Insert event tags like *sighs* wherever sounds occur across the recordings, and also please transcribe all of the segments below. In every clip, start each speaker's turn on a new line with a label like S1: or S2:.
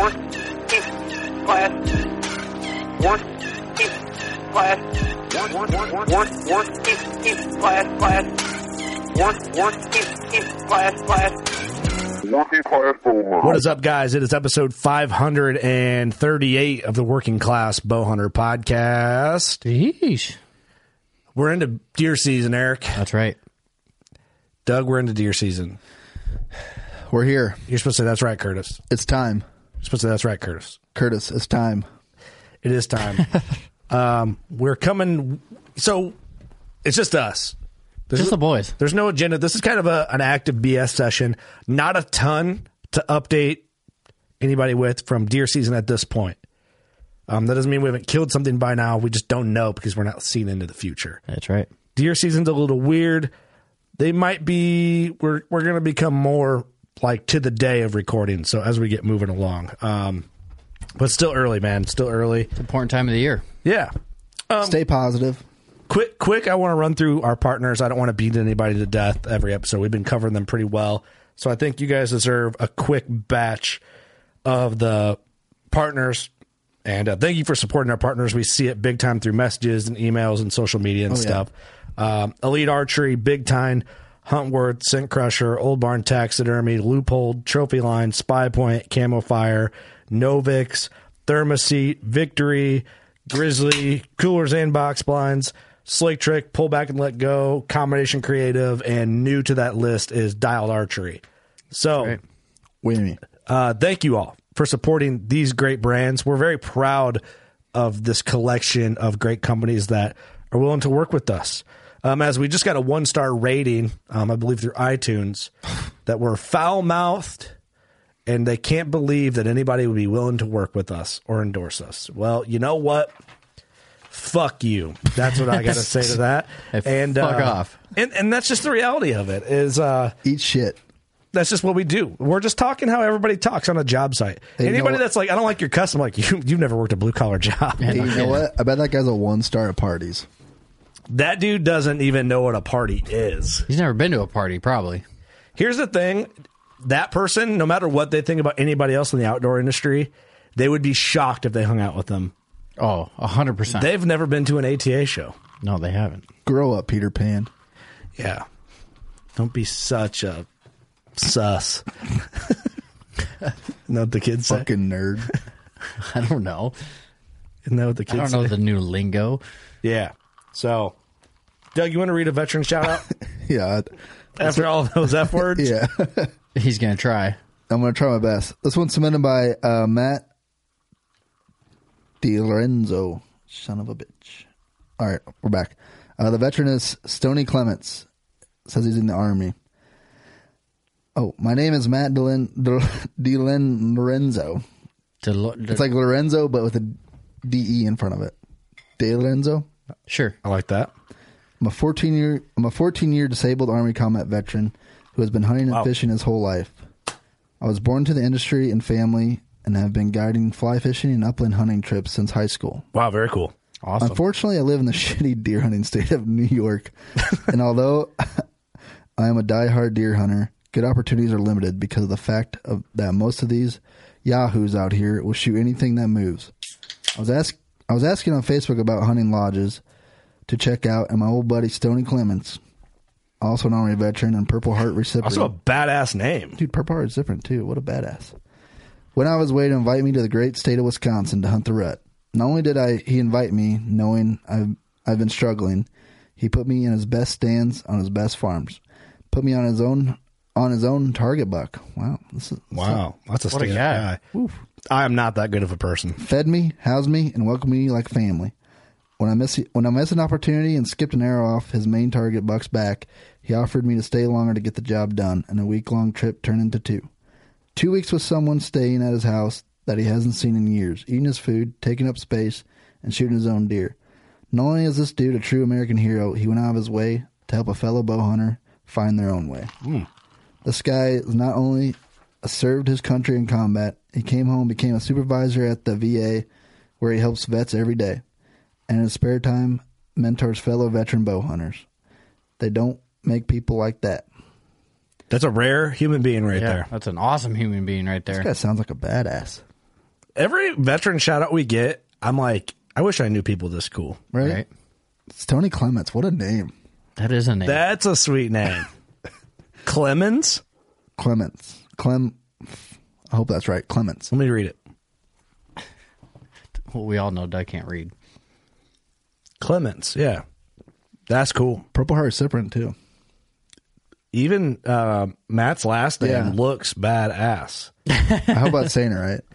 S1: Working class. Working class. Work, work, work, work, work, class, class. Work, work, class, class.
S2: Working class bowhunter.
S3: What is up, guys? It is episode 538 of the Working Class Bowhunter podcast.
S4: Yeesh.
S3: We're into deer season, Eric.
S4: That's right.
S3: Doug, we're into deer season.
S4: We're here.
S3: You're supposed to say that's right, Curtis.
S4: It's time.
S3: You're supposed to say that's right, Curtis.
S4: Curtis, it's time.
S3: It is time.
S5: *laughs*
S3: um, we're coming. So it's just us. There's
S4: Just the boys.
S3: There's no agenda. This is kind of a, an active BS session. Not a ton to update anybody with from deer season at this point. Um, that doesn't mean we haven't killed something by now. We just don't know because we're not seeing into the future.
S4: That's right.
S3: Deer season's a little weird. They might be. We're we're gonna become more like to the day of recording. So as we get moving along, um, but still early, man. Still early.
S4: Important time of the year.
S3: Yeah.
S4: Stay positive.
S3: quick quick i want to run through our partners i don't want to beat anybody to death every episode we've been covering them pretty well so i think you guys deserve a quick batch of the partners and uh, thank you for supporting our partners we see it big time through messages and emails and social media and
S4: yeah.
S3: stuff um, elite archery big time huntworth scent crusher old barn taxidermy loophole trophy line spy point camo fire novix thermoset victory Grizzly, Coolers and Box Blinds, Slick Trick, Pull Back and Let Go, Combination Creative, and new to that list is Dialed Archery. So
S4: Wait a minute.
S3: uh, thank you all for supporting these great brands. We're very proud of this collection of great companies that are willing to work with us. Um, as we just got a one star rating, um, I believe through iTunes, that we're foul mouthed and they can't believe that anybody would be willing to work with us or endorse us. Well, you know what? Fuck you. That's what
S4: *laughs*
S3: I got to say to that.
S4: Hey, fuck off.
S3: And, and that's just the reality of it is, uh,
S4: Eat shit.
S3: that's just what we do. We're just talking how everybody talks on a job site.
S4: Hey, you know
S3: Anybody
S4: what-
S3: that's like, I don't like your custom, like you, you've never worked a blue collar *laughs* job.
S4: Hey, you know what? I bet that guy's a one star at parties.
S3: That dude doesn't even know what a party is.
S4: He's never been to a party, probably.
S3: Here's the thing. that person, no matter what they think about anybody else in the outdoor industry, they would be shocked if they hung out with them.
S6: Oh, hundred percent.
S3: They've never been to an ATA show.
S6: No, they haven't.
S4: Grow up, Peter Pan.
S3: Yeah. Don't be such a sus. *laughs* Isn't that what the kids say?
S4: Fucking nerd. *laughs*
S6: *laughs* I don't know.
S3: Isn't that what the
S6: I don't
S3: kids
S6: know
S3: say?
S6: the new lingo.
S3: Yeah. So, Doug, you want to read a veteran shout *laughs* out
S4: Yeah.
S3: after all those F words?
S4: I- Yeah.
S6: He's gonna try.
S4: I'm going to try my best. This one's submitted by uh, Matt DiLorenzo. Son of a bitch. All right, we're back. Uh, the veteran is Stony Clements. Says he's in the army. Oh, my name is Matt *laughs* DiLen, DiLen Lorenzo.
S6: Del- de-
S4: It's like Lorenzo, but with a DE in front of it. De Lorenzo?
S6: sure.
S3: I like that.
S4: I'm a 14 year I'm a 14 year disabled Army combat veteran who has been hunting and fishing his whole life. I was born to the industry and family and have been guiding fly fishing and upland hunting trips since high school.
S3: Wow, very cool.
S6: Awesome.
S4: Unfortunately, I live in the *laughs* shitty deer hunting state of New York, and although *laughs* I am a diehard deer hunter, good opportunities are limited because of the fact of that most of these yahoos out here will shoot anything that moves. I was ask I was asking on Facebook about hunting lodges to check out, and my old buddy Stony Clements, also an Army veteran and Purple Heart recipient,
S3: Also a badass name.
S4: Dude, Purple Heart is different too. What a badass. Went out of his way to invite me to the great state of Wisconsin to hunt the rut. Not only did I he invite me, knowing I've I've been struggling, he put me in his best stands on his best farms. Put me on his own on his own target buck. Wow. This is
S3: Wow, that's a
S6: What a
S3: stand
S6: guy.
S3: guy. I am not that good of a person.
S4: fed me, housed me, and welcomed me like family. When I miss when I missed an opportunity and skipped an arrow off his main target buck's back, he offered me to stay longer to get the job done, and a week long trip turned into two. Two weeks with someone staying at his house that he hasn't seen in years, eating his food, taking up space, and shooting his own deer. Not only is this dude a true American hero, he went out of his way to help a fellow bow hunter find their own way. This guy is not only served his country in combat, he came home, became a supervisor at the VA, where he helps vets every day, and in his spare time, mentors fellow veteran bow hunters. They don't make people like that.
S3: That's a rare human being right
S6: Yeah,
S3: there.
S6: that's an awesome human being right
S4: This
S6: there.
S4: guy sounds like a badass,
S3: Every veteran shout out we get, I'm like, I wish I knew people this cool.
S4: right?
S6: Right.
S4: It's Tony Clements. What a name,
S6: That is a name.
S3: That's a sweet *laughs* name. Clemens?
S4: Clements. Clem. I hope that's right, Clements.
S3: Let me read it.
S6: well, we all know Doug can't read.
S3: Clemens, yeah. That's cool.
S4: Purple Heart Cyprian too.
S3: Even uh, Matt's last name
S4: Yeah.
S3: looks badass.
S4: I hope I'm saying it right. *laughs*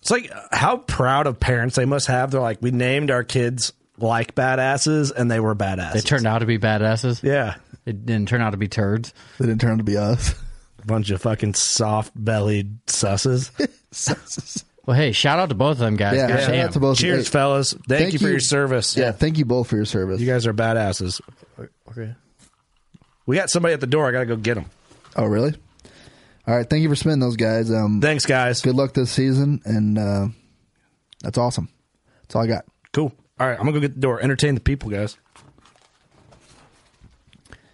S3: It's like uh, how proud of parents they must have. They're like, we named our kids like badasses, and they were badasses.
S6: They turned out to be badasses.
S3: yeah,
S6: It didn't turn out to be turds.
S4: It didn't turn out to be us. *laughs*
S3: bunch of fucking soft bellied susses.
S6: Well, hey, shout out to both of them guys.
S4: *laughs* Yeah,
S6: God
S4: shout
S6: damn.
S4: out to both.
S3: Cheers,
S4: hey,
S3: fellas! Thank,
S4: thank
S3: you for
S4: you.
S3: your service.
S4: Yeah, thank you both for your service.
S3: you guys are badasses. Okay, we got somebody at the door. I gotta go get them.
S4: oh, really? All right. Thank you for spending those guys. Um,
S3: Thanks, guys.
S4: good luck this season, and uh, that's awesome. That's all I got. *laughs*
S3: Cool. All right, I'm gonna go get the door. Entertain the people, guys.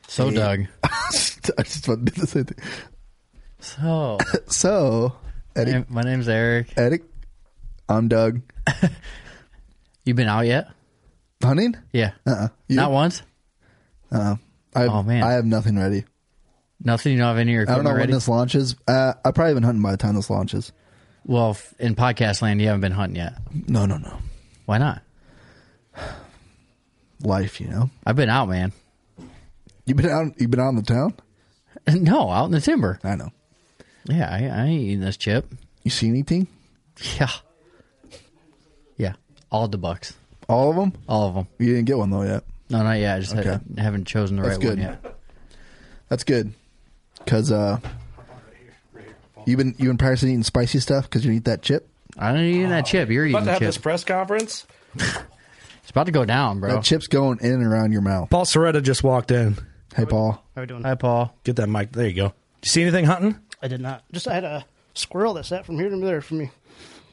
S6: So, Doug.
S4: I just about did the same thing.
S6: So,
S4: So,
S6: my,
S4: Eddie,
S6: name- my name's Eric.
S4: Eddie, I'm Doug.
S6: *laughs* You been out yet?
S4: Hunting?
S6: *laughs* Yeah.
S4: Uh-uh. You?
S6: Not once?
S4: I,
S6: Oh, man.
S4: I have nothing ready.
S6: Nothing? You don't have any of your
S4: I don't know
S6: equipment
S4: when
S6: ready?
S4: this launches. Uh, I probably been hunting by the time this launches.
S6: Well, f- in podcast land, you haven't been hunting yet.
S4: No, no, no.
S6: Why not?
S4: *sighs* Life, you know.
S6: I've been out, man. *laughs*
S4: You've been out. You've been out in the town.
S6: No, out in the timber.
S4: I know.
S6: Yeah, I, I ain't eating this chip.
S4: You see anything?
S6: Yeah. Yeah. All the bucks.
S4: All of them?
S6: All of them.
S4: You didn't get one though yet.
S6: No, not yet. I just
S4: Okay.
S6: ha- haven't chosen the
S4: That's
S6: right one
S4: good.
S6: yet.
S4: That's good. Cause uh, you've been you've been practicing eating spicy stuff because you need that chip.
S6: I don't eat that chip. You're eating
S3: About to
S6: the
S3: have
S6: chip.
S3: this press conference.
S6: It's about to go down, bro.
S4: That chip's going in and around your mouth.
S3: Paul Soretta just walked in.
S4: Hey, Paul.
S5: How we doing?
S6: Hi, Paul.
S3: Get that mic. There you go. You see anything hunting?
S5: I did not. Just I had a squirrel that sat from here to there for me.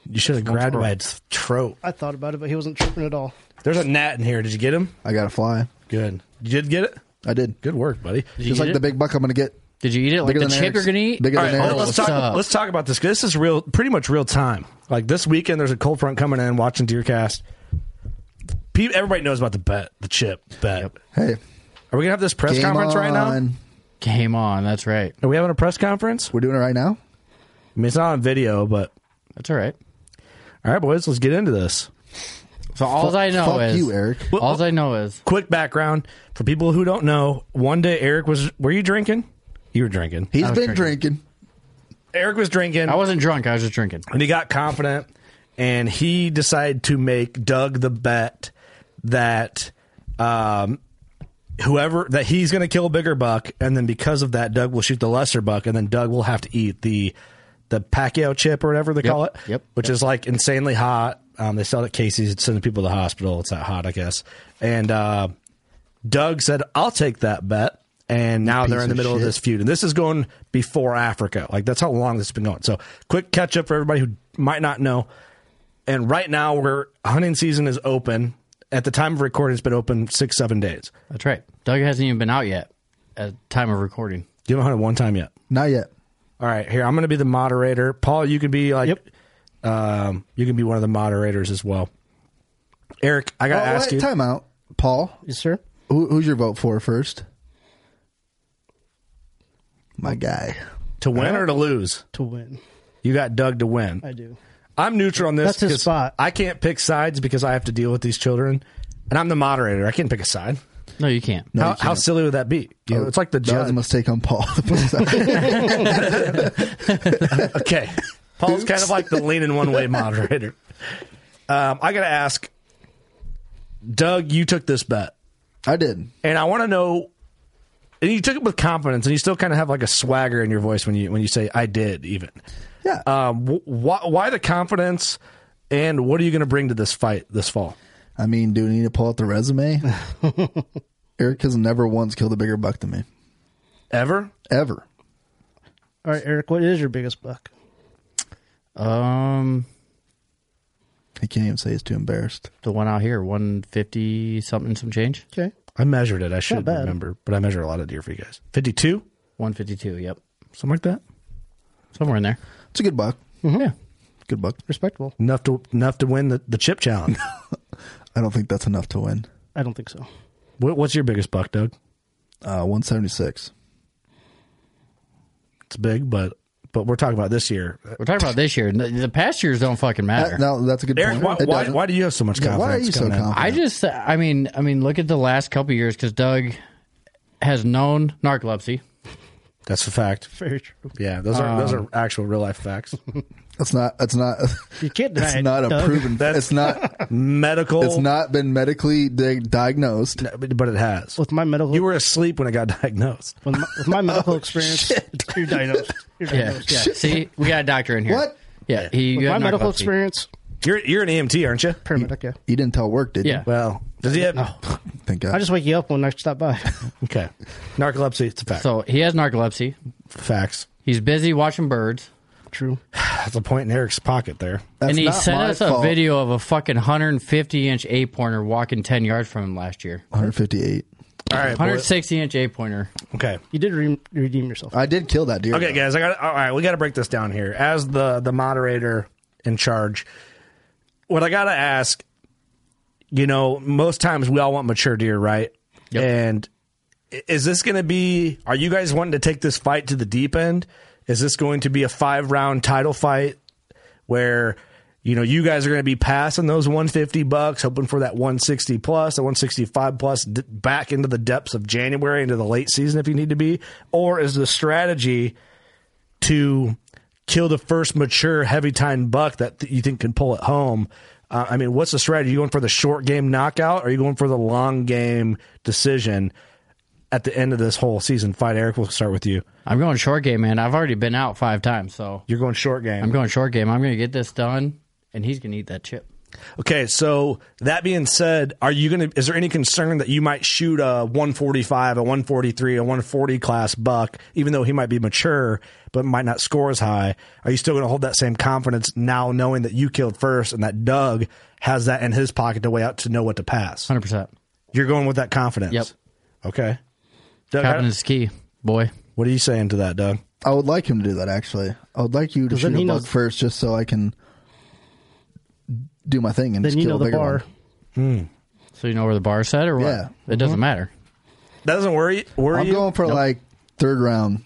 S3: You should have grabbed by its throat.
S5: I thought about it, but he wasn't tripping at all.
S3: There's a gnat in here. Did you get him?
S4: I got a fly.
S3: Good. You did get it?
S4: I did.
S3: Good work, buddy.
S6: you
S4: Just
S6: get
S4: like
S6: it?
S4: the big buck I'm going to get
S6: Did you eat it like
S3: Bigger
S6: the
S3: than
S6: chip
S3: Eric's-
S6: you're gonna eat?
S3: All right, well, let's, talk, let's talk about this. 'cause This is real, pretty much real time. Like this weekend, there's a cold front coming in. Watching DeerCast, Pe- everybody knows about the bet, the chip bet.
S4: Hey,
S3: are we gonna have this press
S4: Game
S3: conference right now?
S4: on.
S6: Game on. That's right.
S3: Are we having a press conference?
S4: We're doing it right now.
S3: I mean, it's not on video, but
S6: that's all right.
S3: All right, boys, let's get into this.
S6: So all I know is All I know is
S3: quick background for people who don't know. One day, Eric was. Were you drinking? You were drinking.
S4: He's
S3: He's
S4: been drinking.
S3: Eric was drinking.
S6: I wasn't drunk. I was just drinking.
S3: And he got confident and he decided to make Doug the bet that um, whoever that he's going to kill a bigger buck and then because of that Doug will shoot the lesser buck and then Doug will have to eat the the Pacquiao chip or whatever they call it. Yep. Which is like insanely hot. Um, they sell it at Casey's. It's sending people to the hospital. It's that hot, I guess. And uh, Doug said, "I'll take that bet." And now they're in the
S4: of
S3: middle of
S4: shit.
S3: this feud, and this is going before Africa. Like that's how long this has been going. So, quick catch up for everybody who might not know. And right now, we're hunting season is open. At the time of recording, it's been open six, seven days.
S6: That's right. Doug hasn't even been out yet at time of recording.
S3: You haven't hunted one time yet.
S4: Not yet.
S3: All right, here I'm going to be the moderator. Paul, you can be like, um, you can be one of the moderators as well. Eric, I got to
S4: Oh,
S3: ask
S4: wait,
S3: you.
S4: Time out, Paul.
S5: Yes, sir.
S4: Who, who's your vote for first? My guy.
S3: To win or to lose?
S5: To win.
S3: You got Doug to win.
S5: I do.
S3: I'm neutral on this.
S5: That's his
S3: 'cause I can't pick sides because I have to deal with these children, and I'm the moderator. I can't pick a side.
S6: No, you can't.
S3: how, how silly would that be? You know, it's like the
S4: Oh, That was
S3: judge.
S4: a mistake on Paul. *laughs*
S3: okay. Paul's kind of like the lean in one way moderator. Um, I got to ask, Doug, you took this bet.
S4: I did.
S3: And I want to know, and you took it with confidence, and you still kind of have like a swagger in your voice when you when you say "I did," even.
S4: Yeah.
S3: Um, wh- why, why the confidence, and what are you going to bring to this fight this fall?
S4: I mean, do we need to pull out the
S3: *laughs*
S4: resume? Eric has never once killed a bigger buck than me.
S3: Ever?
S4: Ever.
S5: All right, Eric, what is your biggest buck?
S6: Um,
S4: he can't even say he's too embarrassed.
S6: The one out here, one fifty something, some change.
S5: Okay,
S3: I measured it. I should
S6: bad.
S3: remember, but I measure a lot of deer for you guys. Fifty-two,
S6: one fifty-two. Yep,
S3: something like that.
S6: Somewhere in there.
S4: It's a good buck.
S3: Mm-hmm.
S6: Yeah,
S4: good buck.
S5: Respectable.
S3: Enough to enough to win the, the chip challenge.
S4: I don't think that's enough to win.
S5: I don't think so.
S3: *laughs*
S5: *laughs*
S3: what, what's your biggest buck, Doug?
S4: Uh, 176.
S3: It's big, but but we're talking about this year.
S6: We're talking about this year. The, the past years don't fucking matter.
S4: That- no, that's a good
S3: Eric,
S4: point.
S3: why,
S4: It
S3: why,
S4: doesn't.
S3: why do you have so much
S4: Yeah,
S3: confidence?
S4: why are you so
S3: coming in?
S4: confident?
S6: I just, I mean, I mean, look at the last couple years because Doug has known narcolepsy.
S3: That's a fact.
S5: Very true.
S3: Yeah, those are those are
S6: Um,
S3: actual real life facts.
S4: It's not. It's not. *laughs*
S5: You can't deny
S4: It's
S5: it,
S4: not a
S5: Doug.
S4: proven. it's
S3: *laughs*
S4: not
S3: medical.
S4: It's not been medically di- diagnosed.
S3: but, it has.
S5: With my medical,
S3: you were asleep when I got *laughs* diagnosed.
S5: With my,
S6: *laughs*
S5: with my medical experience, you're diagnosed. You're
S6: Oh, Yeah.
S5: diagnosed. Yeah.
S6: See, we got a doctor in here.
S5: What?
S6: Yeah. He,
S5: With
S6: you
S5: my
S6: have
S5: medical
S6: narcolepsy.
S5: experience,
S3: You're you're an EMT, aren't you?
S5: paramedic. Yeah.
S4: You didn't tell work, did
S6: Yeah.
S4: you?
S3: Well, does he have?
S4: Thank God.
S5: I just wake you up when I stop by. *laughs*
S3: Okay, narcolepsy. It's a fact.
S6: So he has narcolepsy.
S3: Facts.
S6: He's busy watching birds.
S5: True.
S3: That's a point in Eric's pocket there.
S6: and he
S4: not
S6: sent
S4: my
S6: us
S4: fault.
S6: a video of a fucking 150 inch eight pointer walking 10 yards from him last year.
S4: 158.
S3: All right, boy.
S6: 160 inch eight pointer.
S3: Okay.
S5: You did re- redeem yourself.
S4: I did kill that deer.
S3: Okay, guys, I got all right. We got to break this down here as the the moderator in charge. What I gotta ask, you know, most times we all want mature deer, right? And i- is this going to be? Are you guys wanting to take this fight to the deep end? Is this going to be a five round title fight where? You know, you guys are going to be passing those 150 bucks, hoping for that 160 plus, the 165 plus d- back into the depths of January, into the late season if you need to be? Or is the strategy to kill the first mature heavy time buck that th- you think can pull it home. Uh, I mean, what's the strategy? you going for the short game knockout? Or are you going for the long game decision at the end of this whole season fight? Eric, we'll start with you.
S6: I'm going short game, man. I've already been out five times, so
S3: You're going short game.
S6: I'm going short game. I'm going to get this done, and he's going to eat that chip.
S3: okay, so that being said, are you going to? Is there any concern that you might shoot a 145, a 143, a 140 class buck, even though he might be mature but might not score as high? Are you still going to hold that same confidence now, knowing that you killed first and that Doug has that in his pocket to weigh out to know what to pass?
S6: 100%.
S3: You're going with that confidence.
S6: Yep.
S3: Okay. Doug, I-
S6: Confidence is key, boy.
S3: What are you saying to that, Doug?
S4: I would like him to do that. Actually, I would like you to
S3: 'Cause then
S4: shoot a
S3: he
S4: buck
S3: knows-
S4: first, just so I can do my thing and
S6: Then
S4: just
S6: you
S4: kill
S6: know
S4: a
S6: the
S4: bigger
S6: bar.
S4: one.
S6: So you know where the bar set or what?
S4: Yeah. Mm-hmm.
S6: It doesn't matter.
S3: That doesn't worry.
S4: I'm going for like third round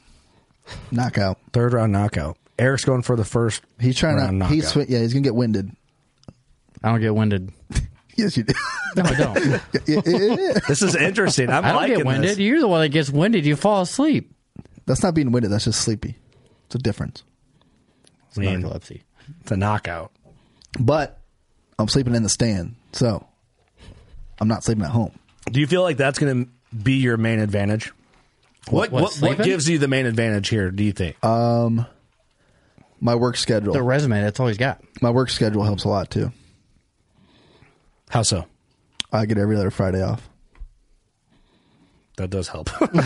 S4: knockout.
S3: Third round knockout. Eric's going for the first.
S4: He's trying
S3: round
S4: to.
S3: knockout.
S4: He's swi- yeah. He's gonna get winded.
S6: I don't get winded.
S4: yes, you do.
S6: No, I
S4: *laughs*
S6: don't.
S3: this is interesting.
S6: *laughs*
S3: I'm
S6: I do not
S3: liking
S6: get winded.
S3: this.
S6: You're the one that gets winded. You fall asleep.
S4: That's not being winded. That's just sleepy. It's a difference.
S3: It's narcolepsy. It's a knockout.
S4: But I'm sleeping in the stand, so I'm not sleeping at home.
S3: Do you feel like that's going to be your main advantage?
S4: What-
S3: What
S4: what,
S3: what, what,
S4: sleeping?
S3: gives you the main advantage here? Do you think?
S4: Um, my work schedule.
S3: The
S6: resume. That's all he's got.
S4: My work schedule helps a lot too.
S3: How so?
S4: I get every other Friday off,
S3: That does help.
S4: and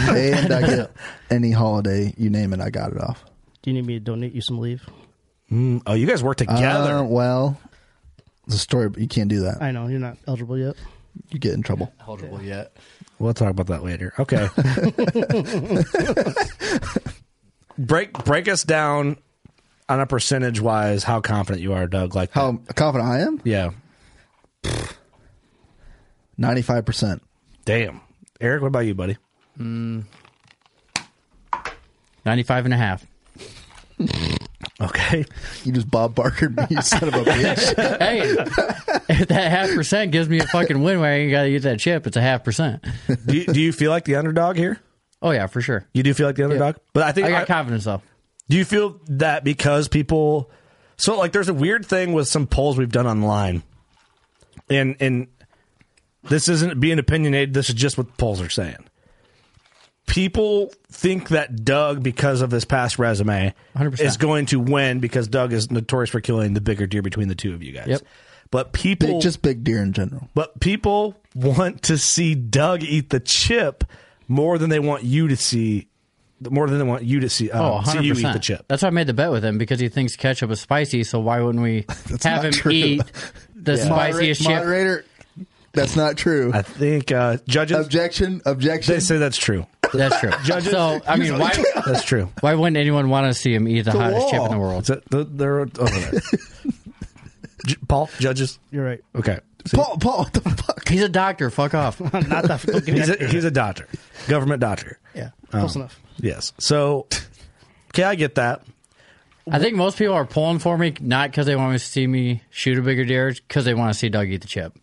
S4: I get any holiday you name it. I got it off.
S5: Do you need me to donate you some leave?
S3: Mm, *laughs* oh, you guys work together.
S4: Uh, well, it's a story, but you can't do that.
S5: I know you're not eligible yet.
S4: You get in trouble.
S6: Holdable yet.
S3: We'll talk about that later. Okay. *laughs* break break us down on a percentage wise how confident you are, Doug. Like
S4: How Um, confident I am?
S3: Yeah.
S4: Ninety five percent.
S3: Damn. Eric, what about you, buddy?
S6: Mm. 95 and a half.
S3: *laughs* Okay.
S4: You just Bob Barker me, *laughs* you son of a bitch.
S6: hey,
S3: *laughs*
S6: if that half percent gives me a fucking win where I ain't got to use that chip, it's a half percent.
S3: do, you, do you feel like the underdog here?
S6: Oh, yeah, for sure.
S3: You do feel like the underdog? But I think
S6: I got confidence, though.
S3: Do you feel that because people so like there's a weird thing with some polls we've done online. And and this isn't being opinionated, this is just what the polls are saying. People think that Doug, because of his past resume,
S6: 100%.
S3: is going to win because Doug is notorious for killing the bigger deer between the two of you guys.
S6: Yep.
S3: But people
S4: Big, just big deer in general.
S3: but people want to see Doug eat the chip more than they want you to see, more than they want you to see,
S6: Oh,
S3: uh,
S6: 100%.
S3: see you eat the chip.
S6: That's why I made the bet with him because he thinks ketchup is spicy, so why wouldn't we have
S4: not
S6: him
S4: true. *laughs*
S6: eat the
S4: Yeah.
S6: spiciest
S4: Modera-
S6: chip?
S4: Moderator, that's not true.
S3: I think uh, judges.
S4: Objection! Objection!
S3: They say that's true.
S6: That's true.
S3: *laughs* Judges-
S6: so, I mean, why,
S3: *laughs* That's true.
S6: why wouldn't anyone want to see him eat the,
S3: The
S6: hottest chip
S3: wall.
S6: in the world?
S3: Is it- the- they're over
S6: *laughs*
S3: there. J- Paul, judges.
S5: You're right.
S3: Okay.
S4: Paul, Paul, what the fuck?
S6: He's a doctor. Fuck
S3: *laughs*
S6: off.
S5: not that.
S6: *laughs*
S5: Don't give me
S3: He's
S5: that.
S3: a, he's a doctor, government doctor.
S5: yeah, close
S3: Um,
S5: enough.
S3: Yes. So, okay, I get that.
S6: I think most people are pulling for me not because they want to see me shoot a bigger deer, because they want to see Doug eat the chip.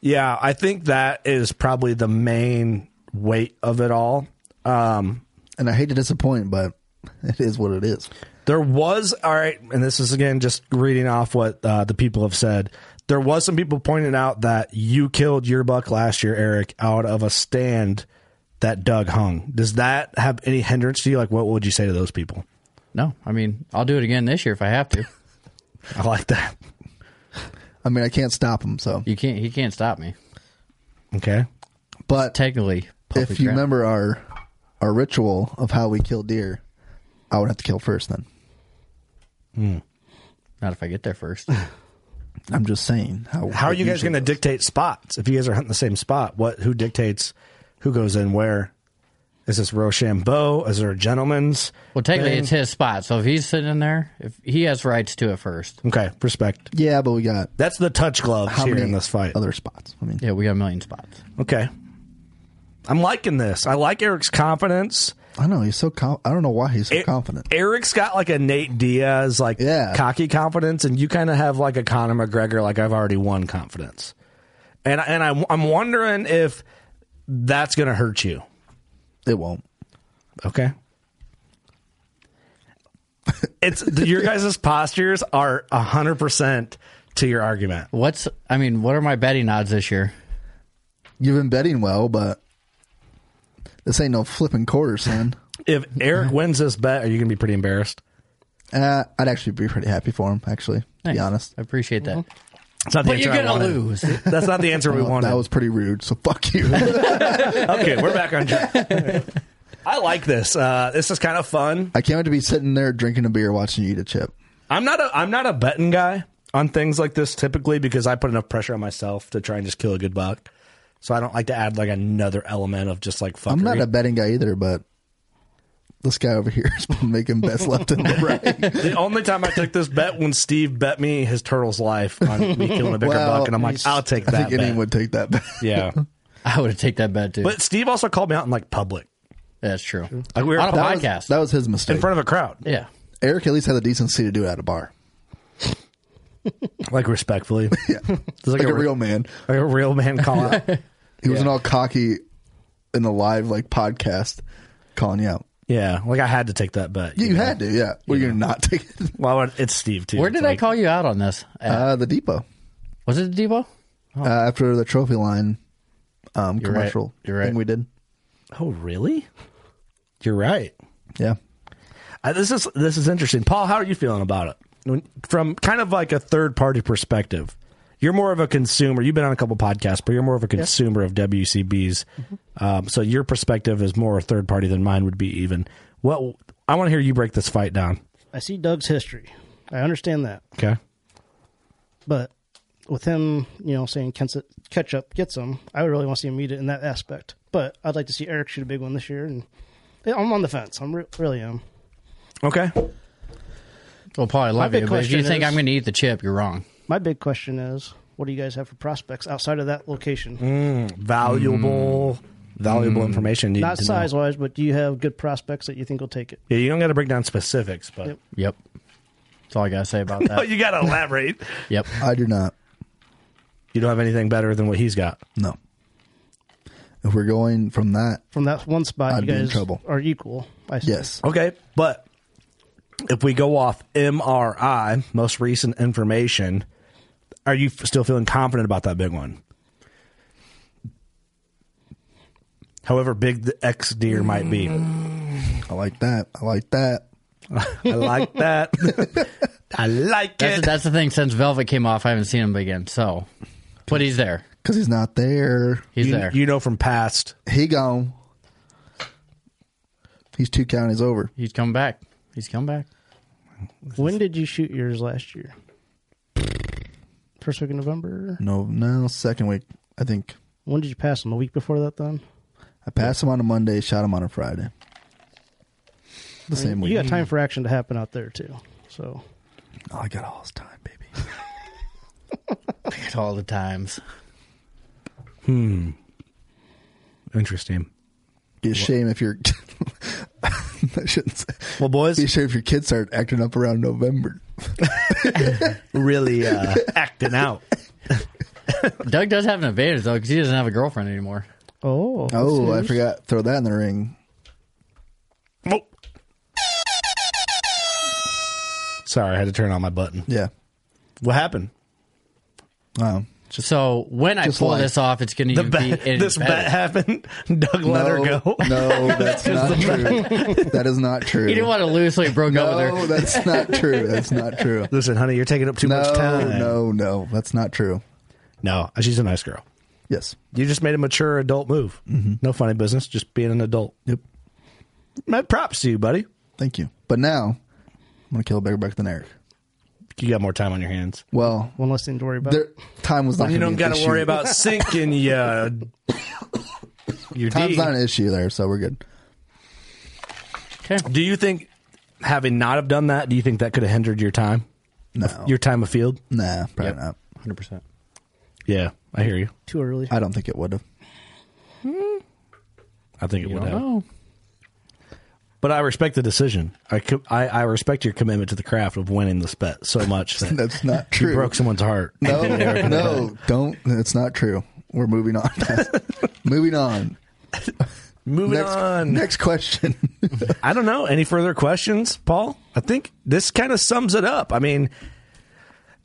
S3: Yeah, I think that is probably the main weight of it all. Um,
S4: and I hate to disappoint, but it is what it is.
S3: There was all right, and this is again just reading off what uh, the people have said. There was some people pointing out that you killed your buck last year, Eric, out of a stand that Doug hung. Does that have any hindrance to you? Like, what would you say to those people?
S6: No, I mean, I'll do it again this year if I have to.
S3: I like that.
S4: I mean, I can't stop him. So,
S6: You can't. He can't stop me.
S3: Okay,
S4: but
S6: Technically,
S4: if
S6: puppy
S4: you
S6: crap.
S4: remember our our ritual of how we kill deer, I would have to kill first. Then
S6: not if I get there first. *laughs*
S4: I'm just saying how
S3: how are you guys
S4: usually-
S3: going to dictate spots if you guys are hunting the same spot? What who dictates who goes in where? Is this Rochambeau? Is there a gentleman's?
S6: Well, technically,
S3: thing?
S6: it's his spot. So if he's sitting in there, if he has rights to it first,
S3: okay. Respect.
S4: Yeah, but we got
S3: That's the touch gloves
S4: how
S3: here
S4: many
S3: in this fight.
S4: other spots? I mean,
S6: yeah, we got a million spots.
S3: Okay. I'm liking this. I like Eric's confidence.
S4: I know he's so. Com- I don't know why he's so
S3: It-
S4: confident.
S3: Eric's got like a Nate Diaz, like
S4: Yeah.
S3: cocky confidence, and you kind of have like a Conor McGregor, like I've already won confidence. And I- and I'm I'm wondering if that's going to hurt you.
S4: It won't.
S3: Okay.
S4: *laughs*
S3: It's your guys' postures are hundred percent to your argument.
S6: What's? I mean, what are my betting odds this year?
S4: You've been betting well, but this ain't no flipping quarter,
S3: *laughs*
S4: son.
S3: If
S4: *laughs*
S3: Eric wins this bet, are you going to be pretty embarrassed?
S4: Uh, I'd actually be pretty happy for him. Actually, to
S6: Thanks.
S4: be honest,
S6: I appreciate that.
S3: It's not the
S6: But
S3: answer
S6: you're
S3: I
S6: gonna
S3: wanted.
S6: lose.
S3: *laughs* That's not the answer we wanted.
S4: that was pretty rude. So fuck you.
S3: *laughs* okay, we're back on track. *laughs* I like this. Uh, this is kind of fun.
S4: I can't wait to be sitting there drinking a beer, watching you eat a chip.
S3: I'm not a I'm not a betting guy on things like this typically because I put enough pressure on myself to try and just kill a good buck. So I don't like to add like another element of just like fucking.
S4: I'm not a betting guy either, but this guy over here *laughs* has been making bets
S6: *laughs*
S4: left and right.
S3: the only time I took this bet when Steve bet me his turtle's life on
S4: *laughs*
S3: me killing a bigger
S4: Well,
S3: buck, and I'm like, I'll take that.
S4: I think anyone
S3: bet."
S4: would take that bet. *laughs*
S3: Yeah.
S6: I would have take that bet too.
S3: But Steve also called me out in like public.
S6: That's true.
S3: Like we were
S6: On a
S4: That was-
S6: podcast.
S4: that was his mistake.
S3: in front of a crowd.
S6: yeah.
S4: Eric at least had the decency to do it at a bar.
S3: Like respectfully.
S4: *laughs* yeah. Like, a, real man.
S3: Like a
S4: *laughs*
S3: real man calling out.
S4: He wasn't all cocky in the live like podcast calling you out.
S3: Yeah. Like I had to take that bet.
S4: You, had to, yeah. Well, you're not taking
S3: Well, I- it's Steve too.
S6: Where
S3: It's
S6: did I
S3: like-
S6: call you out on this? Uh,
S4: uh, the depot
S6: was it the Debo?
S4: uh, after the trophy line um,
S6: You're right.
S4: commercial
S6: You're right.
S4: thing we did.
S3: Oh, really? You're right.
S4: Yeah.
S3: Uh, this is this is interesting, Paul. How are you feeling about it? When- From kind of like a third party perspective, you're more of a consumer. You've been on a couple podcasts, but you're more of a consumer of WCBs. Um, so your perspective is more third party than mine would be. Even what I want to hear you break this fight down.
S5: I see Doug's history. I understand that.
S3: Okay.
S5: But with him, you know, saying Kens- ketchup gets him, I would really want to see him eat it in that aspect. But I'd like to see Eric shoot a big one this year. And I'm on the fence. I'm re- really am.
S3: Okay.
S6: Well, Paul, I
S5: My
S6: love
S5: big
S6: you, but if you
S5: question
S6: think
S5: is-
S6: I'm going to eat the chip, you're wrong.
S5: My big question is, what do you guys have for prospects outside of that location?
S3: Valuable,
S6: Mm.
S3: valuable information. needed
S5: Not
S3: to know.
S5: size wise, but do you have good prospects that you think will take it?
S3: Yeah, you don't got to break down specifics, but
S5: Yep.
S6: Yep. That's all I got to say about
S3: No,
S6: that.
S3: you got *laughs* to elaborate.
S6: yep.
S4: *laughs* I do not.
S3: you don't have anything better than what he's got.
S4: No. If we're going from that,
S5: From that one spot,
S4: I'd
S5: you
S4: be in
S5: guys
S4: trouble.
S5: are equal. I see.
S4: yes.
S3: Okay, but if we go off MRI, most recent information, are you f- still feeling confident about that big one? However big the X deer might be,
S4: I like that. I like that.
S3: I *laughs* like that. I like
S6: That's,
S3: it.
S6: that's the thing. Since Velvet came off, I haven't seen him again. So, but he's there.
S4: Because he's not there.
S6: He's
S3: you,
S6: there.
S3: you know from past.
S4: He gone. He's two counties over.
S6: he's come back. He's come back.
S5: When did you shoot yours last year? First week of November.
S4: No, no, second week. I think
S5: When did you pass them? A week before that, then.
S4: I passed him on a Monday, shot him on a Friday. The same week.
S5: You got time for action to happen out there too. So
S4: Oh, I got all his time, baby.
S6: At all the times.
S3: Interesting.
S4: Be a shame if your *laughs* I shouldn't say.
S3: Well, *laughs* boys,
S4: Be a shame if your kids start acting up around November.
S3: really
S4: *laughs*
S3: uh, acting out.
S6: Doug does have an advantage though, because he doesn't have a girlfriend anymore.
S5: oh
S4: Oh, I forgot. Throw that in the ring.
S3: Oh. Sorry, I had to turn on my button.
S4: Yeah.
S3: What happened?
S4: Um,
S6: So when I
S4: Just
S6: pull
S4: life.
S6: this off, it's going to
S3: The
S6: be
S3: bet,
S6: any
S3: this
S6: better.
S3: bet happened. *laughs* Doug let her
S4: no,
S3: go.
S4: No, that's not true. That is not true.
S6: *laughs* He didn't want to lose, so he broke up with
S4: no,
S6: her.
S4: that's not true. That's not
S3: *laughs*
S4: true.
S3: Listen, honey, you're taking up too much
S4: No,
S3: time.
S4: no, no. That's not true.
S3: no, she's a nice girl.
S4: Yes.
S3: You just made a mature adult move.
S4: Mm-hmm.
S3: No funny business, just being an adult.
S4: Yep.
S3: My props to you, buddy.
S4: Thank you. But now I'm gonna kill a bigger buck than Eric.
S3: You got more time on your hands.
S4: Well,
S5: One less thing to worry about.
S4: there, time was not.
S3: You
S4: gonna
S3: don't
S4: be an
S3: got to
S4: issue.
S3: worry about sinking your your
S4: Time's
S3: D.
S4: not an issue there, so we're good.
S3: Do you think having not have done that? Do you think that could have hindered your time,
S4: No,
S3: your time of field?
S4: nah, probably not.
S6: Hundred percent.
S3: Yeah, I hear you.
S5: too early.
S4: I don't think it would have.
S3: I think it
S6: You
S3: would
S6: don't
S3: have.
S6: know.
S3: But I respect the decision. I, co- I I respect your commitment to the craft of winning this bet so
S4: *laughs*
S3: much that
S4: That's not
S3: *laughs* you
S4: true.
S3: broke someone's heart.
S4: No,
S3: *laughs*
S4: no, don't. That's not true. We're moving on. *laughs* moving on.
S3: Moving
S4: Next,
S3: on.
S4: next question. *laughs*
S3: I don't know. Any further questions, Paul? I think this kind of sums it up. I mean,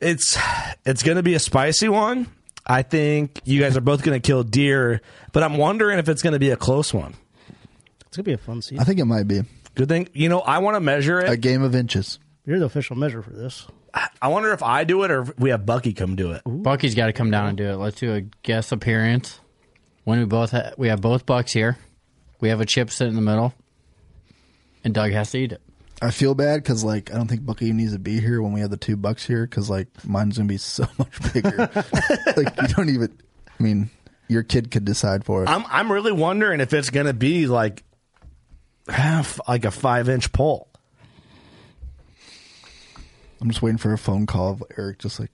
S3: it's it's going to be a spicy one. I think you guys are both going to kill deer, but I'm wondering if it's going to be a close one.
S5: It's gonna be a fun season.
S4: I think it might be
S3: Good thing, you know, I want to measure
S4: a
S3: it.
S4: game of inches.
S5: You're the official measure for this.
S3: I wonder if I do it or if we have Bucky come do it.
S6: Bucky's got to come down and do it. Let's do a guest appearance. When we both ha- we have both bucks here, we have a chip sitting in the middle, and Doug has to eat it.
S4: I feel bad because like I don't think Bucky needs to be here when we have the two bucks here because like mine's gonna be *laughs* so
S6: *laughs*
S4: much bigger. like you don't even. I mean, your kid could decide for it.
S3: I'm I'm really wondering if it's going to be like half like a five inch pole.
S4: I'm just waiting for a phone call of Eric, just like,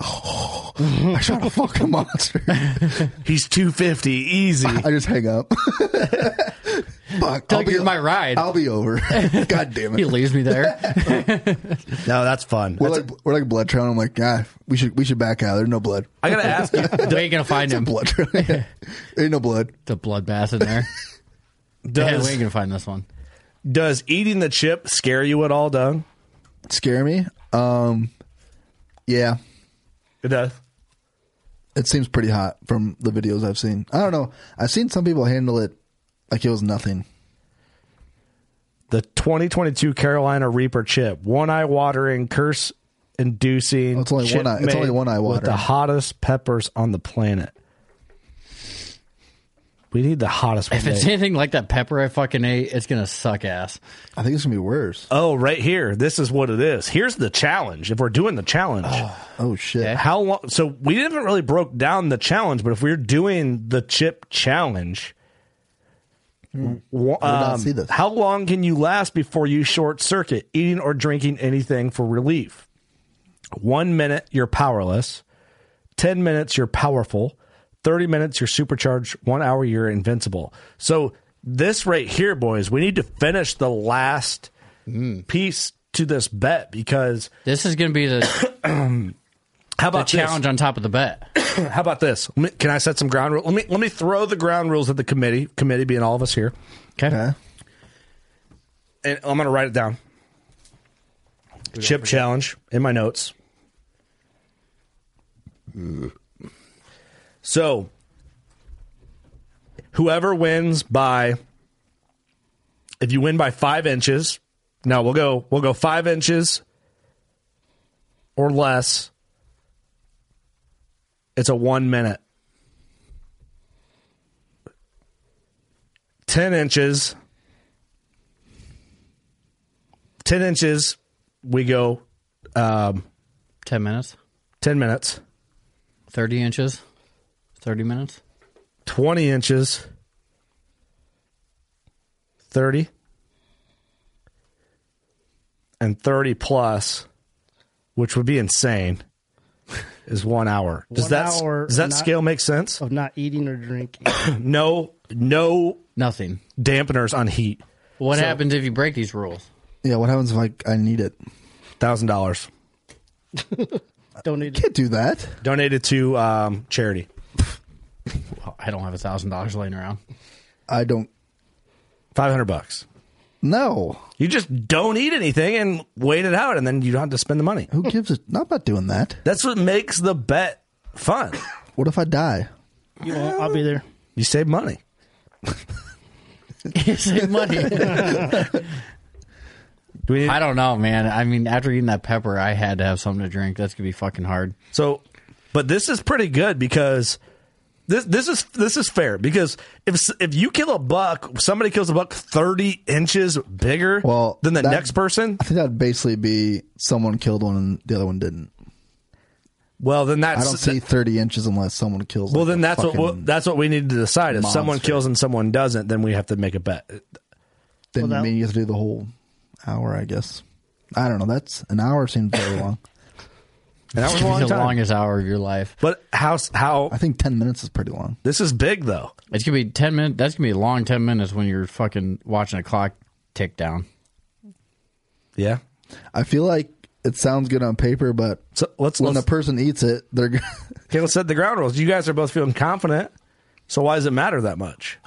S4: oh, I shot a
S6: *laughs*
S4: fucking monster.
S3: He's 250, easy.
S4: I just
S6: *laughs*
S4: hang up. Fuck,
S6: Doug, you're my ride.
S4: I'll
S6: *laughs*
S4: be over. God damn it.
S6: He leaves me there.
S3: *laughs* No, that's fun.
S4: We're
S3: That's
S4: like, we're like blood trail. I'm like, yeah, we should we should back out. There's no blood.
S3: I gotta ask you,
S6: *laughs* Where you gonna find
S4: It's a
S6: him? *laughs*
S4: blood trail. Yeah. *laughs* Ain't no blood.
S6: The bloodbath in *laughs* there. yeah, we
S3: does
S6: ain't gonna find this one.
S3: does eating the chip scare you at all, Doug?
S4: Scare me. Um, yeah,
S3: It does.
S4: it seems pretty hot from the videos I've seen. I don't know. I've seen some people handle it like it was nothing.
S3: The 2022 Carolina Reaper chip, one eye watering, curse inducing.
S4: It's only one eye- it's only one eye
S3: With the
S4: watering.
S3: hottest peppers on the planet. We need the hottest one.
S6: If it's
S3: made.
S6: anything like that pepper I fucking ate, it's gonna suck ass.
S4: I think it's gonna be worse.
S3: oh, right here. This is what it is. Here's the challenge. If we're doing the challenge,
S4: Oh shit.
S3: how long? So we haven't really broke down the challenge, but if we're doing the chip challenge, wha-
S4: Hmm. not
S3: um,
S4: see this.
S3: how long can you last before you short circuit eating or drinking anything for relief? One minute, you're powerless. 10 minutes, you're powerful. 30 minutes, you're supercharged. One hour, you're invincible. So, this right here, boys, we need to finish the last
S4: Hmm.
S3: piece to this bet because
S6: This is gonna be *coughs* the,
S3: how
S6: the
S3: about this?
S6: challenge on top of the bet.
S3: *clears throat* How about this? Let me- Can I set some ground rules? Let me let me throw the ground rules at the committee. Committee being all of us here,
S4: Okay.
S3: and I'm going to write it down. Chip challenge in my notes. So, whoever wins by, if you win by five inches, no, we'll go we'll go five inches or less. It's a one minute. 10 inches. 10 inches, we go um,
S6: Ten minutes.
S3: 10 minutes.
S6: Thirty inches. Thirty minutes.
S3: 20 inches. 30. And 30 plus, which would be insane, *laughs* is one hour. Does
S5: One
S3: that,
S5: hour
S3: does that
S5: not- Oh.
S3: scale make sense?
S5: of not eating or
S4: *coughs*
S5: drinking.
S3: No, no
S6: Nothing.
S3: dampeners on heat.
S6: What happens if you break these rules?
S4: Yeah. What happens if I I need it?
S3: Thousand dollars
S5: Don't need
S4: Can't do that.
S3: donated to um, charity.
S6: Well, I don't have a thousand dollars laying *laughs* around.
S4: I don't.
S3: Five hundred bucks.
S4: No.
S3: You just don't eat anything and wait it out, and then you don't have to spend the money.
S4: Who gives a? No, I'm not doing that.
S3: That's what makes the bet fun.
S4: What if I die?
S5: You won't. I'll be there.
S3: You save money.
S6: Save money.
S3: Do we need-
S6: I don't know, man. I mean, after eating that pepper, I had to have something to drink. That's gonna be fucking hard.
S3: So, but this is pretty good because this this is this is fair because if s- if you kill a buck, somebody kills a buck thirty inches bigger
S4: Well,
S3: than the
S4: that-
S3: next person.
S4: I think that'd basically be someone killed one and the other one didn't.
S3: Well, then
S4: I
S3: that's
S4: don't see thirty inches unless someone kills.
S3: well,
S4: like,
S3: then
S4: a
S3: that's what
S4: fucking-
S3: we'll, that's what we need to decide. If someone
S4: monster.
S3: kills and someone doesn't, then we have to make a bet.
S5: Well,
S4: then
S5: that-
S4: I mean, you have to do the whole hour, I guess. I don't know. That's an hour seems
S3: *coughs*
S4: very long.
S3: And
S6: It's
S4: *laughs*
S3: that
S6: gonna
S3: was a
S6: be
S3: long
S6: the
S3: time.
S6: longest hour of your life.
S3: But how how
S4: I think ten minutes is pretty long.
S3: This is big though.
S6: It's gonna be ten minutes. That's gonna be a long ten minutes when you're fucking watching a clock tick down.
S3: Yeah.
S4: I feel like it sounds good on paper, but
S3: So let's
S4: when
S3: let's,
S4: a person eats it, they're g-
S3: okay, let's set the ground rules. You guys are both feeling confident, so why does it matter that much?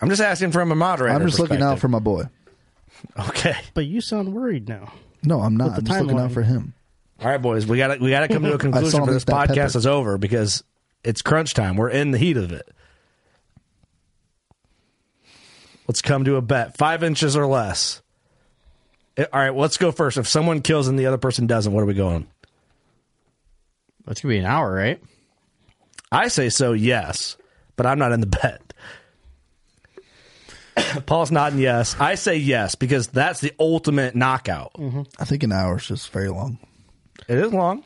S3: I'm just asking from a moderator.
S4: I'm just looking out for
S3: perspective.
S4: my boy.
S3: Okay.
S5: But you sound worried now.
S4: No, I'm
S5: With
S4: not.
S5: the
S4: I'm just looking
S5: timeline.
S4: out for him.
S3: All right, boys. We gotta we gotta
S4: *laughs*
S3: come to a
S4: saw
S3: conclusion
S4: him
S3: for this
S4: eat that
S3: podcast
S4: pepper.
S3: is over because it's crunch time. We're in the heat of it. Let's come to a bet. Five inches or less. Eh, All right, let's go first. If someone kills and the other person doesn't, what are we going?
S6: That's gonna be an hour, right?
S3: I say so, yes, but I'm not in the *laughs* bet. Paul's nodding yes. I say yes because that's the ultimate knockout.
S6: Mm-hmm.
S4: I think an hour is just very long.
S3: It is long,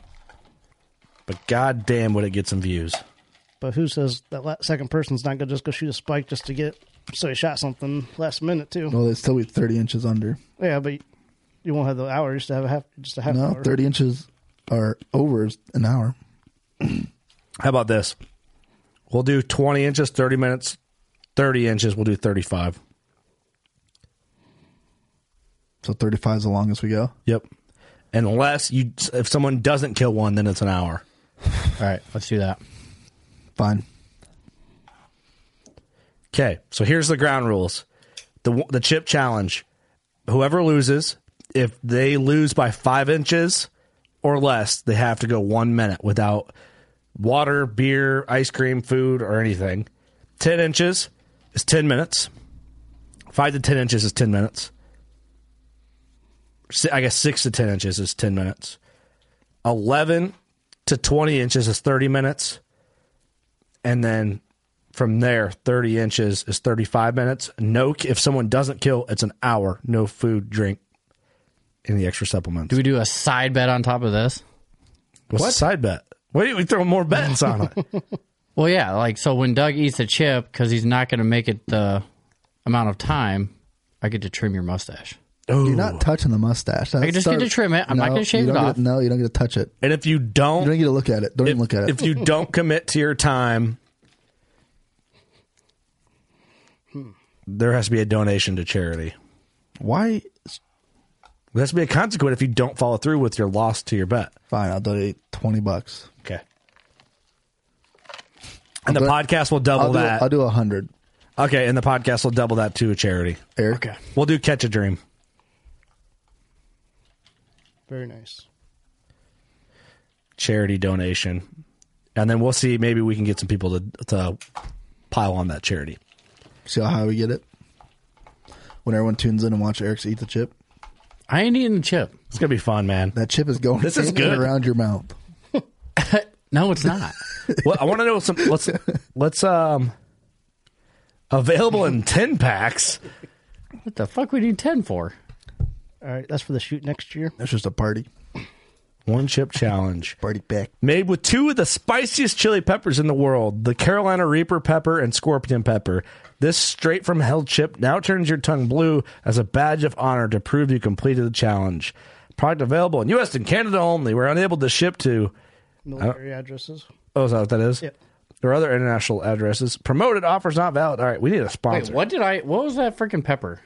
S3: but goddamn, would it get some views?
S5: But who says that la- second person's not going to just go shoot a spike just to get So he shot something last minute too.
S4: Well, they'd still be 30 inches under.
S5: Yeah, but you won't have the hours to have a half just a half
S4: no,
S5: hour.
S4: 30 inches are over is an hour.
S3: How about this? We'll do 20 inches, 30 minutes, 30 inches. We'll do 35.
S4: So 35 is the longest we go.
S3: Yep. Unless you, if someone doesn't kill one, then it's an hour.
S6: *laughs* All right, let's do that.
S4: Fine.
S3: Okay, so here's the ground rules. The the chip challenge. Whoever loses, if they lose by 5 inches or less, they have to go 1 minute without water, beer, ice cream, food or anything. 10 inches is 10 minutes. 5 to 10 inches is 10 minutes. Si- I guess 6 to 10 inches is 10 minutes. 11 to 20 inches is 30 minutes and then from there 30 inches is 35 minutes no if someone doesn't kill it's an hour no food drink any extra supplements
S6: Do we do a side bet on top of this?
S3: What's the side bet? Why didn't we throw more bets on
S6: *laughs*
S3: it?
S6: well, yeah, like so when Doug eats a chip because he's not going to make it the amount of time, I get to trim your mustache.
S4: You're not touching the mustache.
S6: I can just get to trim it. I'm not gonna shave
S4: you
S6: it
S4: don't get
S6: off.
S4: to- no, you don't get to touch it.
S3: and if you don't
S4: You don't get to look at it. Don't even look at it.
S3: if you don't commit to your time there has to be a donation to charity
S4: Why?
S3: there has to be a consequence if you don't follow through with your loss to your bet
S4: Fine, I'll donate 20 bucks.
S3: okay and the podcast will double
S4: I'll do,
S3: that
S4: I'll do 100.
S3: Okay, and the podcast will double that to a charity.
S4: Eric?
S3: Okay. We'll do Catch a Dream.
S5: Very nice.
S3: Charity donation. And then we'll see maybe we can get some people to to pile on that charity.
S4: See how high we get it? When everyone tunes in and watch Eric's eat the chip.
S6: I ain't eating the chip.
S3: It's gonna be fun, man.
S4: That chip is going
S3: This is
S4: in and
S3: good.
S4: around your mouth.
S6: No, *laughs* it's not.
S3: well, I want to know some let's let's um available in 10 packs.
S6: what the fuck we need ten for?
S5: All right, that's for the shoot next year.
S4: That's just a party.
S3: One chip challenge.
S4: Party pack.
S3: Made with two of the spiciest chili peppers in the world, the Carolina Reaper pepper and scorpion pepper. This straight from hell chip now turns your tongue blue as a badge of honor to prove you completed the challenge. Product available in US and Canada only. We're unable to ship to
S5: Military addresses.
S3: Oh, is that what that is?
S5: Yep.
S3: Or other international addresses. Promoted offers not valid. All right, we need a
S6: Wait,
S3: sponsor.
S6: what did I? What was that freaking pepper?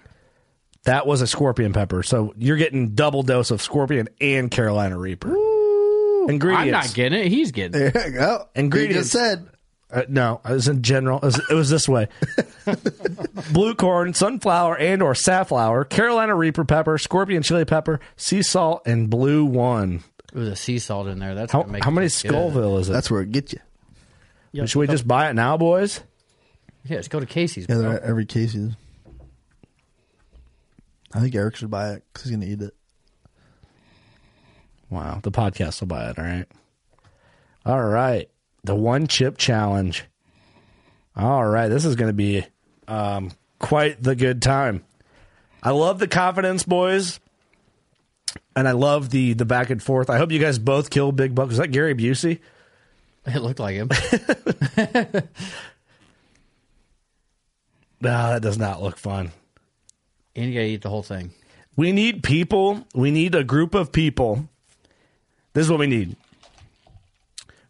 S3: That was a scorpion pepper. So you're getting double dose of scorpion and Carolina Reaper. Ingredients.
S6: I'm not getting it. He's getting it.
S4: *laughs* There you go.
S3: Ingredients.
S4: You just said
S3: Uh, no, it was in general. It was, it was this way: blue corn, sunflower, and or safflower, Carolina Reaper pepper, scorpion chili pepper, sea salt, and blue one.
S6: It was a sea salt in there. That's
S3: How,
S6: gonna make
S3: how
S6: it
S3: many
S6: taste good.
S3: Scoville is it?
S4: that's where it get you.
S5: Yep.
S3: Should we just buy it now, boys?
S6: Yeah, let's go to Casey's.
S4: Yeah,
S6: bro.
S4: they're at every case is. I think Eric should buy it because he's going to eat it.
S3: Wow, the podcast will buy it. All right, all right. The one chip challenge. All right, this is going to be um, quite the good time. I love the confidence, boys, and I love the the back and forth. I hope you guys both kill big buck. Is that Gary Busey?
S6: It looked like
S3: *laughs*
S6: him.
S3: No, that does not look fun.
S6: and you gotta eat the whole thing.
S3: We need people. We need a group of people. This is what we need.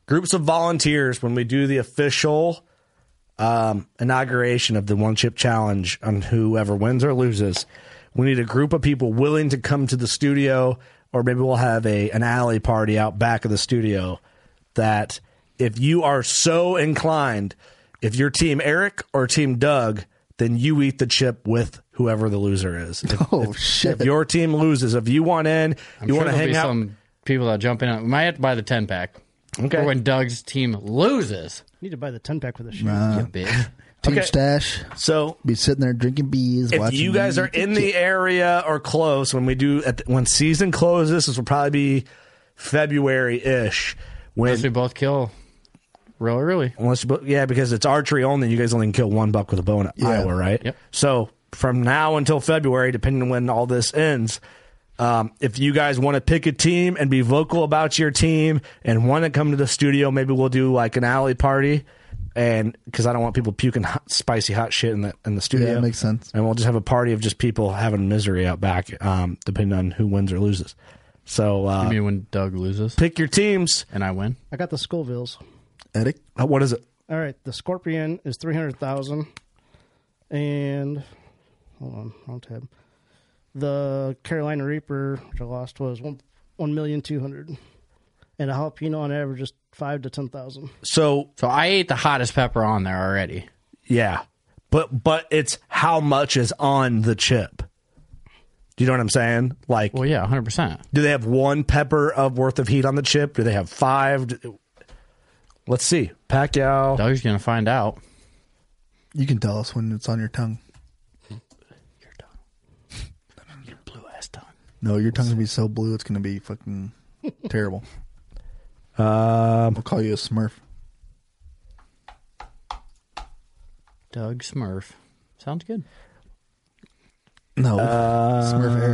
S3: Groups of volunteers when we do the official um, inauguration of the one chip challenge on whoever wins or loses. We need a group of people willing to come to the studio, or maybe we'll have a an alley party out back of the studio. That if you are so inclined, if you're Team Eric or Team Doug, then you eat the chip with whoever the loser is.
S6: *laughs*
S3: If-
S4: Oh,
S3: if-
S4: shit.
S3: if your team loses, if you want in,
S6: I'm
S3: you
S6: sure
S3: want
S6: there'll
S3: to hang
S6: be
S3: out.
S6: some people that jump in. on- We might have to buy the ten pack.
S3: Okay.
S6: Or when Doug's team loses,
S5: Need to buy the ten pack for the shoot.
S6: you bitch.
S4: Team
S3: Okay.
S4: Stash.
S3: Uh, *laughs* So
S4: Be sitting there drinking bees.
S3: if
S4: watching
S3: you guys
S4: me
S3: are
S4: eat the
S3: in the
S4: chip.
S3: area or close, when we do at the, when season closes, this will probably be February ish. When
S6: Unless we both kill real early.
S3: Unless, but yeah, because it's archery only. You guys only can kill one buck with a bow in Iowa, right?
S6: Yep.
S3: So from now until February, depending on when all this ends, um, if you guys want to pick a team and be vocal about your team and want to come to the studio, maybe we'll do like an alley party and because I don't want people puking hot, spicy hot shit in the in the studio.
S4: Yeah, it makes sense.
S3: And we'll just have a party of just people having misery out back, um, depending on who wins or loses. So uh,
S6: You mean when Doug loses?
S3: Pick your teams, Uh,
S6: and I win.
S5: I got the Schoolvilles.
S4: Eddie,
S3: what is it?
S5: All right, the Scorpion is three hundred thousand, and hold on, wrong tab. The Carolina Reaper, which I lost, was one one million two hundred, and a jalapeno on average is five to ten thousand.
S3: So
S6: so I ate the hottest pepper on there already.
S3: Yeah. But but it's how much is on the chip. Do you know what I'm saying? Like Well,
S6: yeah, 100%.
S3: Do they have one pepper of worth of heat on the chip? Do they have five? Do- Let's see. Pacquiao.
S6: Doug's going to find out.
S4: You can tell us when it's on your tongue. Your tongue. Your blue ass tongue. No, your tongue's gonna be so blue it's gonna be
S3: *laughs*
S4: fucking terrible.
S3: Um,
S4: we'll call you a Smurf.
S6: Doug Smurf. Sounds good. Uh,
S4: No,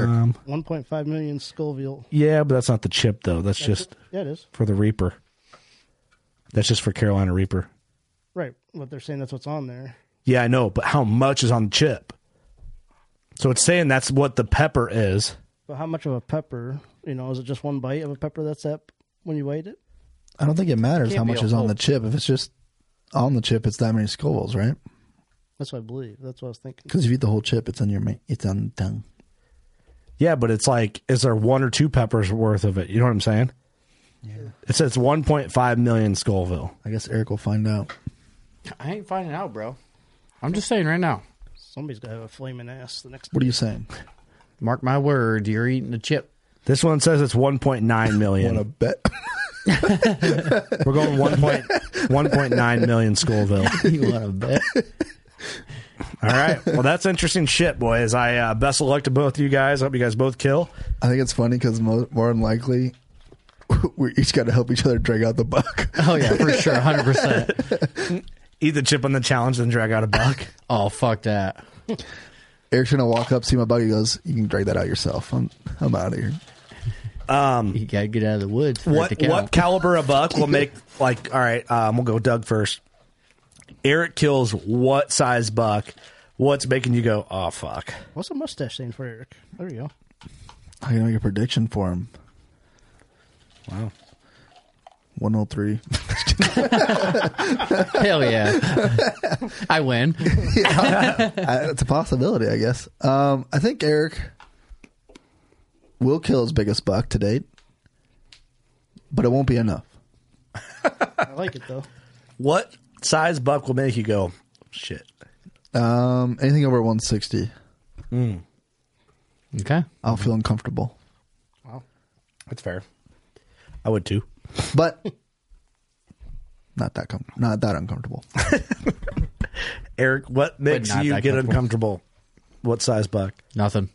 S3: Um,
S5: One point five million Scoville.
S3: Yeah, but that's not the chip though. That's
S5: That's
S3: just
S5: it. Yeah, it is.
S3: for the Reaper. That's just for Carolina Reaper.
S5: Right, what they're saying that's what's on there.
S3: Yeah, I know, but how much is on the chip? So it's saying that's what the pepper is.
S5: But how much of a pepper? You know, is it just one bite of a pepper that's that when you weighed it?
S4: I don't think it matters
S5: Can't
S4: how
S5: be
S4: much
S5: a
S4: is on
S5: whole-
S4: the chip. If it's just on the chip, it's that many Scovilles, right?
S5: That's what I believe. That's what I was thinking.
S4: Because if you eat the whole chip, it's on your ma- it's on the tongue.
S3: Yeah, but it's like, is there one or two peppers worth of it? You know what I'm saying? Yeah. It says 1.5 million Scoville.
S4: I guess Eric will find out.
S6: I ain't finding out, bro. I'm just saying right now.
S5: Somebody's gonna have a flaming ass the next.
S4: What are you saying?
S6: Mark my word, you're eating the chip.
S3: This one says it's 1.9 million.
S4: What a bet.
S3: We're going 1. point- 1.9 million Scoville.
S6: you want to bet?
S3: All right. Well, that's interesting shit, boys. I uh, best of luck to both of you guys. Hope you guys both kill.
S4: *laughs* I think it's funny because mo- more than likely, *laughs* we each got to help each other drag out the buck.
S6: Oh, yeah,
S4: *laughs*
S6: for sure. 100%.
S3: Eat the chip on the challenge, then drag out a buck.
S6: Oh, fuck that.
S4: Eric's gonna walk up, see my buck. He goes, "You can drag that out yourself. I'm, I'm out of here."
S3: Um,
S6: you got to get out of the woods. for it to
S3: *laughs* What
S6: count.
S3: what caliber of buck will make like all right, um, we'll go Doug first. Eric kills what size buck? What's making you go, oh fuck?
S5: What's a mustache saying for Eric? There you go.
S4: I can make a prediction for him.
S3: Wow,
S4: one hundred
S3: *laughs*
S4: three.
S6: Hell yeah. I win.
S4: I- it's a possibility, I guess. Um, I think Eric will kill his biggest buck to date, but it won't be enough.
S5: I like it
S6: *laughs*
S5: though.
S3: What size buck will make you go, shit?
S4: Um, anything over one sixty,
S3: Hmm.
S6: Okay.
S4: I'll feel uncomfortable.
S3: That's fair. I would too.
S4: But *laughs* not that com- not that uncomfortable. *laughs*
S3: Eric, what makes
S6: not
S3: you
S6: that
S3: get
S6: comfortable.
S3: uncomfortable? What size buck?
S6: Nothing.